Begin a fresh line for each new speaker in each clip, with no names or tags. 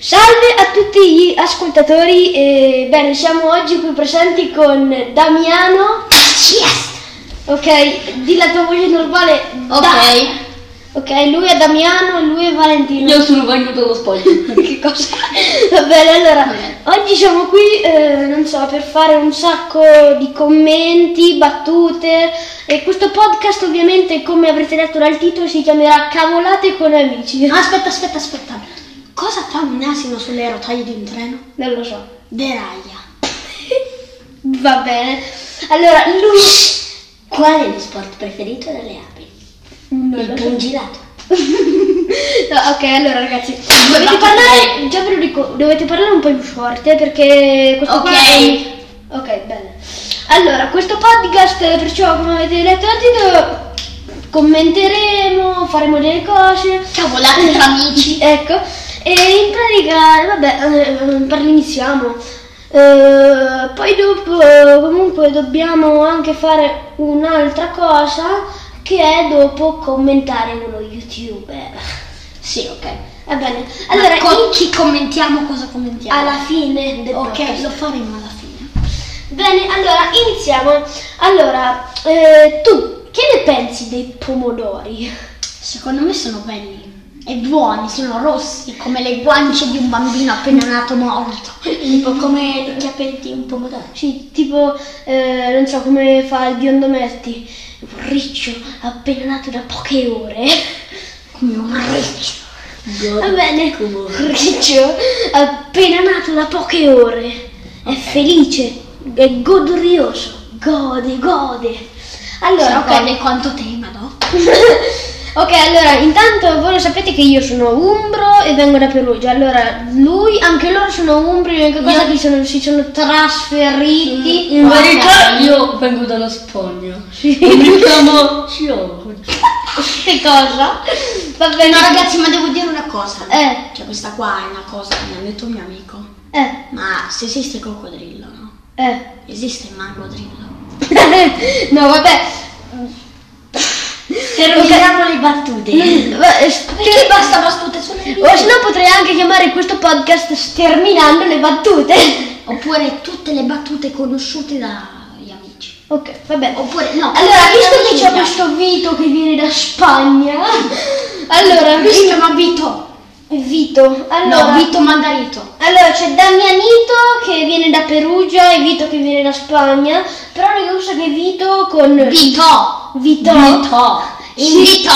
Salve a tutti gli ascoltatori, eh, bene, siamo oggi qui presenti con Damiano.
Yes!
Ok, di la tua voce normale.
Ok,
Da- ok, lui è Damiano e lui è Valentino.
io sono venuto lo spoglio.
che cosa? Va bene, allora, oggi siamo qui, eh, non so, per fare un sacco di commenti, battute e questo podcast ovviamente, come avrete letto dal titolo, si chiamerà Cavolate con amici.
Aspetta, aspetta, aspetta. Cosa fa un asino sulle rotaie di un treno?
Non lo so.
Deraglia.
Va bene. Allora, lui...
Qual è lo sport preferito delle api?
Non
Il
lo so.
pungilato.
No, ok, allora ragazzi, dovete parlare, già ve lo dico, dovete parlare un po' più forte perché questo
Ok.
qua... Ok, bene. Allora, questo podcast, perciò come avete letto dal titolo, commenteremo, faremo delle cose,
Cavolate tra amici.
ecco, e in pratica, vabbè, eh, parli- iniziamo. Eh, poi dopo, eh, comunque, dobbiamo anche fare un'altra cosa che è dopo commentare uno youtuber.
Sì, ok.
Va bene,
Allora,
allora
con chi commentiamo cosa
in-
commentiamo?
alla fine del
ok,
podcast.
lo faremo alla fine.
Bene, allora iniziamo. Allora, eh, tu che ne pensi dei pomodori?
Secondo me sono belli e buoni, sono rossi come le guance di un bambino appena nato morto. Tipo come i capelli di un pomodoro.
Sì, tipo, eh, non so come fa il biondo Metti, un riccio appena nato da poche ore.
Come un riccio.
Va bene, un riccio appena nato da poche ore. È felice, è godurioso, gode, gode. Allora,
Allora,
ok.
ok, quanto tema, no?
Ok, allora, intanto voi lo sapete che io sono Umbro e vengo da Perugia. Allora, lui, anche loro sono Umbri, l'unica cosa
Io- Mm,
che sono- si sono trasferiti
In
a-
verità io vengo dallo Spogno. Mi chiamo Cioco.
Che cosa? Va bene,
Eh, No, ragazzi, ma devo dire una cosa.
Eh.
Cioè, questa qua è una cosa che mi ha detto un mio amico.
Eh,
Ma se esiste il coccodrillo, no?
eh.
Esiste il mangodrillo.
no, vabbè.
Se roviniamo le battute.
Va- eh,
Perché basta battute sulle
O se no potrei anche chiamare questo podcast Sterminando le battute.
Oppure tutte le battute conosciute dagli amici.
Ok, va bene.
Oppure, no.
Allora, visto che c'è
questo...
questo Vito che viene da Spagna, allora,
Mi
visto
chiama Vito.
Vito, allora,
No, Vito Margarito.
allora c'è Damianito che viene da Perugia e Vito che viene da Spagna, però ne usa che Vito con
Vito.
Vito.
Invito.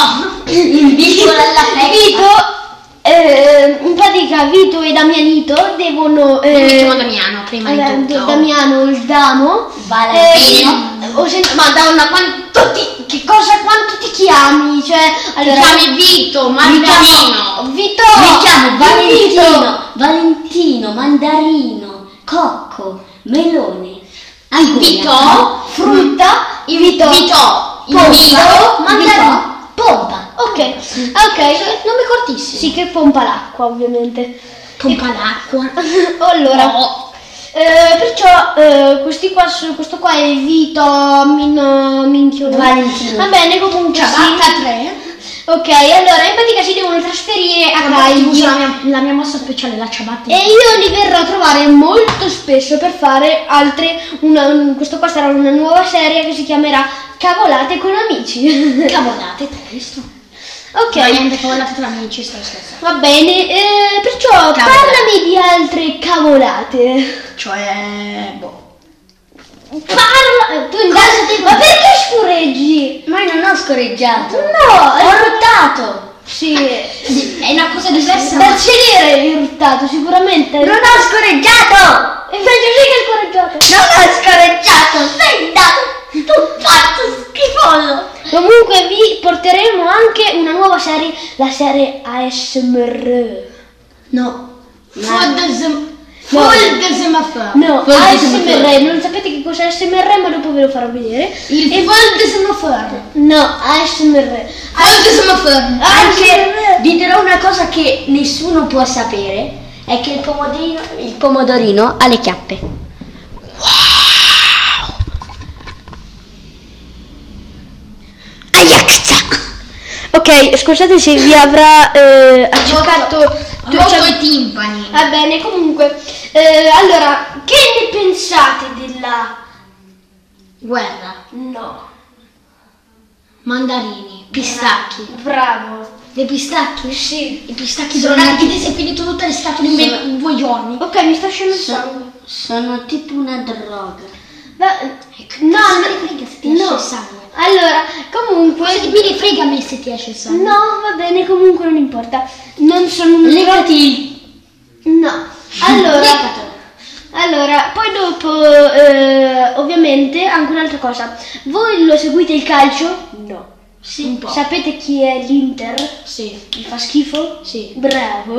Invito alla festa.
Vito, eh, in pratica Vito e Damianito devono... eh,
Mi chiamo Damiano, prima
allora,
di tutto.
Damiano il Damo
Valentino.
eh, ho sentito- Madonna quanto ti, che cosa, quanto ti chiami cioè,
Mi
allora,
chiami Vito, Margarino.
Vito
Mi chiamo
Vito.
Valentino, Valentino, Mandarino, Cocco, Melone. Vito,
frutta
Vito,
Pompa.
Vito, Mandarino,
Vito.
Pompa.
ok ok
Nome cortissimo.
sì che pompa l'acqua ovviamente
Pompa l'acqua. Oh,
allora
No.
eh, perciò eh, questi qua sono- questo qua è eh, Vito Mino Minchio
Valentino.
va bene comunque sì.
Ciabatta 3.
ok allora in pratica si devono trasferire a Cagliari
Ecco, la mia, la mia mossa speciale, la ciabatta.
E io li verrò a trovare molto spesso per fare altre. Una, un- questo qua sarà una nuova serie che si chiamerà Cavolate con amici.
cavolate, te hai visto? Ma
ok,
niente, cavolate tra amici, sto scherzando.
va bene. eh, perciò
Cavolate.
parlami di altre cavolate.
Cioè, boh. eh,
Parla. Tu
Cosa
indagati.
devo
Ma
dire?
perché scoreggi?
Ma io non ho scorreggiato.
No,
Ho
è-
ruttato.
sì.
È una cosa diversa.
Da celere hai urtato sicuramente.
Non ho scorreggiato!
Invece sì che hai scorreggiato.
Non ho scorreggiato! Sei andato tu fatto schifoso!
Comunque vi porteremo anche una nuova serie, la serie ASMR.
No. Food
No.
semaphore.
No,
Forse
ASMR,
semaphore.
non sapete che cos'è ASMR, ma dopo ve lo farò vedere.
Il
E-
food semaphore.
No, ASMR.
Food semaphore.
Anche-
vi dirò una cosa che nessuno può sapere. È che il pomodorino, il pomodorino ha le chiappe.
Ok, scusate se vi avrà
toccato-
toccato
eh, Rotto i timpani.
Va bene, comunque, eh, allora, che ne pensate della...
Guerra,
No.
mandarini, pistacchi.
Bravo.
Dei pistacchi?
Sì.
I pistacchi
Sono-
sono anche te si è finito tutte le scatole in, ve- in due giorni.
Ok, mi sta scendendo il sangue.
Sono tipo una droga.
Va-
No,
no,
non mi frega se ti esce
no.
il sangue.
Allora, comunque...
Cosa mi ne frega a me se ti esce il sangue?
No, va bene, comunque non importa. Non sono un...
Legati
No. Allora...
Legatelo.
Allora, poi dopo, eh, ovviamente, anche un'altra cosa. Voi lo seguite il calcio? No.
Sì, un po'.
Sapete chi è l'Inter?
Sì.
Vi fa schifo?
Sì.
Bravo.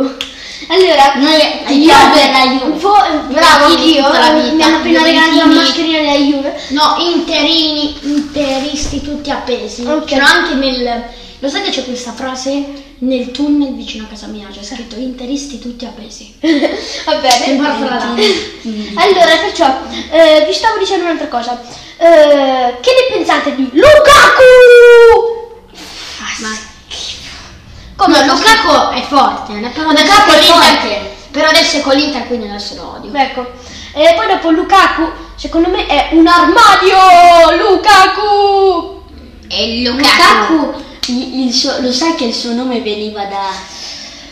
Allora,
Noi
Io- Vo- bravo,
Io
io.
tutta la vita.
Mi hanno appena
Io
regalato la
Inter-
mascherina della Juve.
No, interini, interisti tutti appesi.
Ok.
C'era anche nel. Lo sai che c'è questa frase? Nel tunnel vicino a casa mia c'è scritto interisti tutti appesi.
Va bene.
Sembra frase.
Allora, perciò, eh, vi stavo dicendo un'altra cosa. Eh, che ne pensate di Lukaku? Ah,
Ma
Come
Come Lukaku è forte, eh, però adesso
Lukaku
con
è
l'Inter. Però adesso è con l'Inter quindi adesso lo odio.
Ecco. E poi dopo Lukaku, secondo me è un armadio! Lukaku!
E Lukaku
Lukaku, il- il suo- lo sai che il suo nome veniva da...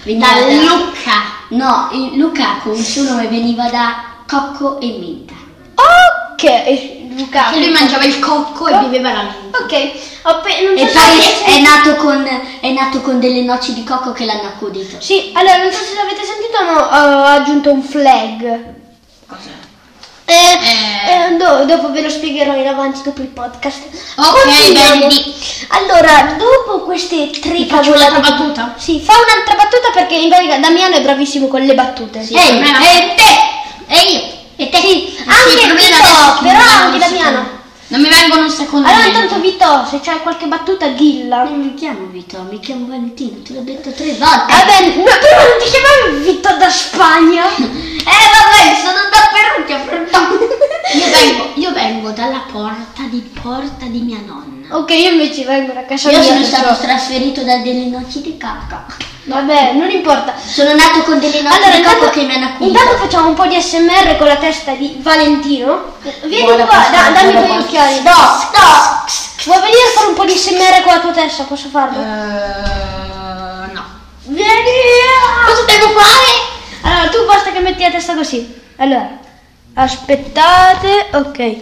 Veniva
da Lucca.
No, il- Lukaku, il suo nome veniva da cocco e menta.
Ok, eh,
Ah, Che
Lukaku.
lui mangiava il cocco e beveva la menta.
Ok, ho pe- non so
E
se
poi
avete-
è nato, con, è nato con delle noci di cocco che l'hanno accudito.
Sì, allora non so se l'avete sentito, ma ho aggiunto un flag.
Cos'è?
Eh,
Eh.
eh, do- dopo ve lo spiegherò in avanti dopo il podcast.
Ok,
Continuiamo.
belli.
Allora, dopo queste tre
Faccio un'altra
cavolate...
battuta?
Sì, fa un'altra battuta perché in pratica Damiano è bravissimo con le battute.
Sì,
Ehi,
non è Eh, la-
Eh,
e te!
E io?
E te! Sì,
Sì, il
anche
problema adesso è
Vito,
che
però
non mi vengono
anche
un
Damiano.
secondo. Non mi vengono un secondo.
Allora
niente.
intanto Vito, se c'hai qualche battuta, dilla.
Non mi chiamo Vito, mi chiamo Valentino, te l'ho detto tre volte.
Vabbè, no, prima non ti chiamavi Vito da Spagna?
Eh vabbè, sono da Perugia,
però.
Io vengo, io vengo dalla porta di porta di mia nonna.
ok, io invece vengo da casa
Io
mia.
sono
perciò-
stato trasferito da delle noci di cocco.
Vabbè, non importa.
Sono nato con delle noci
Allora,
di cocco
intanto,
che mi hanno accudito.
intanto facciamo un po' di SMR con la testa di Valentino. Vieni
Buona
qua,
persona,
da- dammi
buona
quegli
persona.
occhiali. No, no. Vuoi venire a fare un po' di SMR con la tua testa? Posso farlo?
Eh, no.
Vieni! Cosa devo fare? Allora, tu basta che metti la testa così. Allora, aspettate, ok.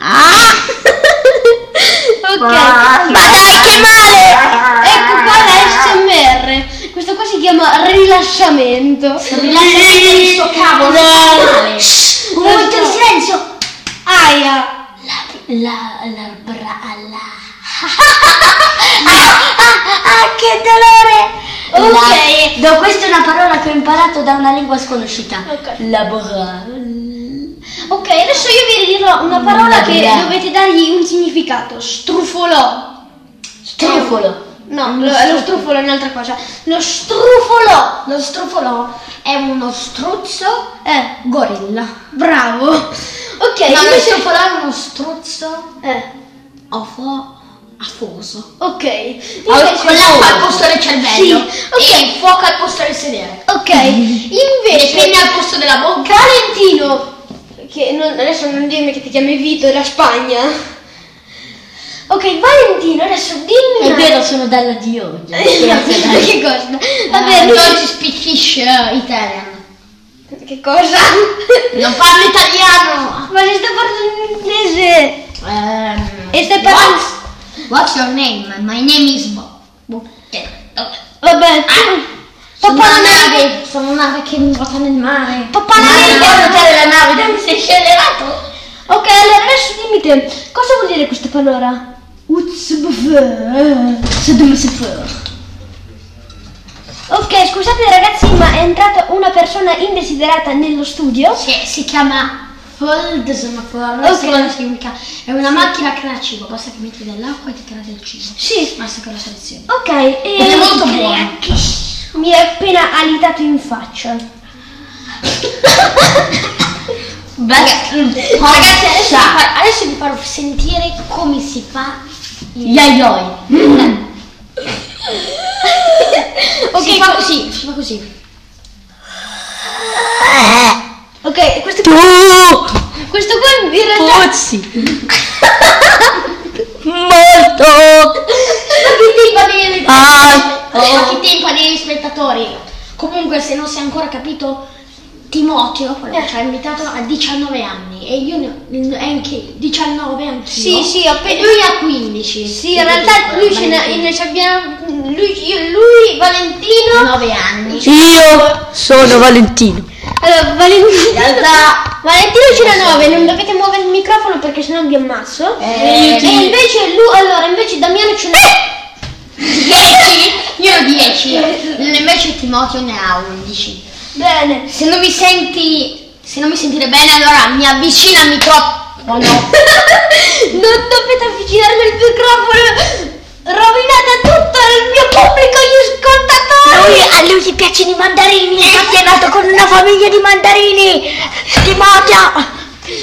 Ah! ok. Ma dai, che male! Ecco qua la SMR. Questo qua si chiama rilasciamento.
Rilasciate il suo cavolo. male.
Un momento di silenzio. Aia.
La, la, bra, la. ah,
Ah, che dolore! Ok.
La- no, questa è una parola che ho imparato da una lingua sconosciuta.
Ok.
Laborare.
Ok, adesso io vi dirò una parola che
Vabbè.
dovete dargli un significato. Strufolò.
Strufolo.
No, lo, lo strufolo è un'altra cosa. Lo strufolò.
Lo strufolò è uno struzzo
Eh,
gorilla.
bravo. Ok,
No, lo
Eh, invece-
strufolò è uno struzzo
eh,
ofo afoso.
ok.
Con
Invece-
l'acqua al posto del cervello.
Ah, Sì, ok.
E il fuoco al posto del sedere.
Ok,
Le
invece
penne al posto della bocca.
Valentino, che non- adesso non dirmi che ti chiami Vito della Spagna. Ok, Valentino, adesso dimmi
È
una-
vero, sono dalla Dioggia. Grazie, dai.
che cosa? Vabbè,
Vabbè,
lui-
non si spicchisce eh, Italian.
Che cosa?
Non parlo italiano.
Ma se stai parlando in inglese!
Ehm,
E stai parlando-
What's, what's your name? My name is Bob. Bob. Eh, eh.
Vabbè,
Sono
Papà
una
non è-
nave, sono una nave che mi porta nel mare.
Papà non è-
la nave, dove sei scellerato?
Ok, allora adesso dimmi te, cosa vuol dire questa parola? Ok, scusate ragazzi, ma è entrata una persona indesiderata nello studio.
Sì, si chiama Fold Semaphore,
Ok.
significa è una macchina che crea cibo, basta che metti dell'acqua e ti crea del cibo.
Sì.
Basta che la selezioni.
Ok, e...
Ed è molto buono.
Mi è appena alitato in faccia.
Ragazzi, adesso vi, fa- adesso vi farò sentire come si fa.
Yayoi. Mm.
Ok, si fa così, si fa così. Ok, questo,
Tu
questo qua in realtà...
puzzi. Molto.
Ma che tempo dei
Ah, oh.
Ma che tempo dei spettatori? Comunque, se non si è ancora capito, Timoteo, quello che ci ha invitato, ha 19 anni e io ne ho anche 19 anni.
Sì, sì, appena-
E lui ha 15.
Sì, in realtà lui ce n'ha, ne abbiamo, lui, io- lui, Valentino,
9 anni.
Io sono Valentino.
allora Valentino,
In realtà-
Valentino ce n'ha 9, non dovete muovere il microfono perché sennò vi ammazzo,
Eh,
e invece lui, allora invece Damiano ce n'ha,
10? Io ho 10. Invece Timoteo ne ha 11.
bene,
Se non mi senti. Se non mi sentite bene, allora mi avvicina al microfono.
non dovete avvicinarmi al microfono, rovinate tutto il mio pubblico, gli ascoltatori, Eh.
a lui gli piacciono i mandarini, infatti è nato con una famiglia di mandarini. Timoteo!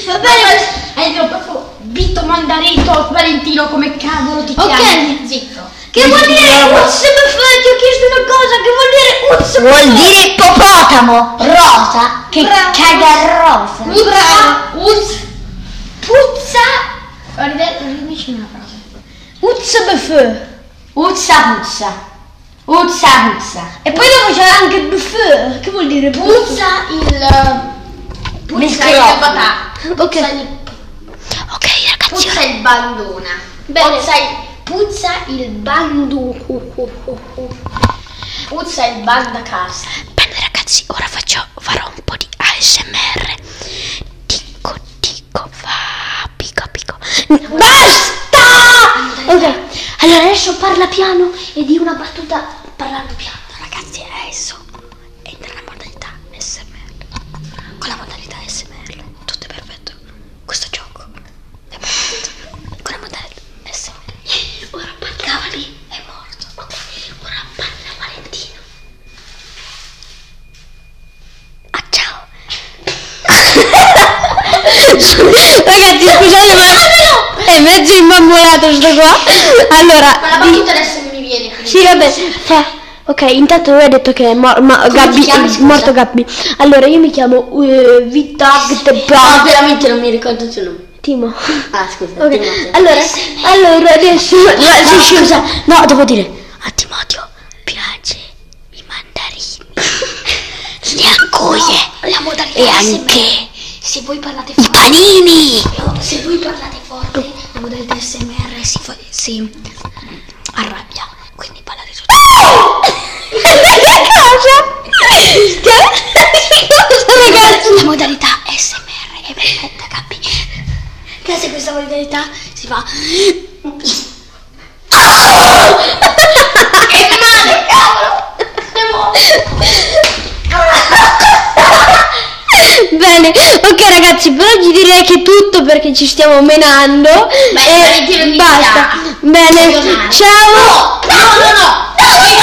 va bene,
Hai proprio Vito Mandarito Valentino come cavolo ti
Ok.
chiami? Zitto.
che vuol dire Uzz Buffet, ti ho chiesto una cosa, che vuol dire Uzz
Vuol dire ippopotamo rosa che
Bravo.
caga rosa.
Bravo.
Uz- puzza. Guarda, dimmi una frase.
Uzz Buffet.
Uzza puzza. Uzza puzza.
E poi dopo c'è anche buffet, che vuol dire buffet?
Puzza il eh, puzza il
Mischiotto.
papà.
Ok.
Puzza il
Ok ragazzi.
puzza il bandona.
Bene.
Puzza il puzza il bandu. Puzza il bandacast.
Bene ragazzi, ora faccio, farò un po' di ASMR. Dico, dico, va, pico, pico. Basta! Ok, allora adesso parla piano e di una battuta parlando piano. Ragazzi, adesso entra la modalità ASMR. Con la modalità ASMR tutto è perfetto. Questo gioco è morto. Con la modalità ASMR. Ora Cavali è morto. Ok, ora parla Valentino. Ah, ciao.
Ragazzi, scusate ma è mezzo immammolato sto qua. Allora,
Ma la battuta adesso non mi viene quindi.
Sì, vabbè. fa- Ok, intanto lui ha detto che è mor- ma- Gabby,
ti chiami,
è
scusa?
morto Gabby. Allora io mi chiamo uh, Vitag
no, veramente non mi ricordo il tuo nome.
Timo.
Ah, scusa.
Ok,
Timoteo.
allora, allora adesso... No, sì, scusa. No, devo dire. A Timoteo piace i mandarini. Le accoglie.
La modalità
E
ASMR.
anche
se voi parlate
i panini.
forte, se voi parlate forte, la modalità SMR si, fa- si arrabbia. Quindi parlate tutto. La modalità SMR è perfetta, capi? Grazie a questa modalità si fa
Bene, ok ragazzi, per oggi direi che è tutto perché ci stiamo menando.
Beh,
e
Valentino mi
basta.
dirà.
Bene,
Milionario.
ciao.
No, no, no, no!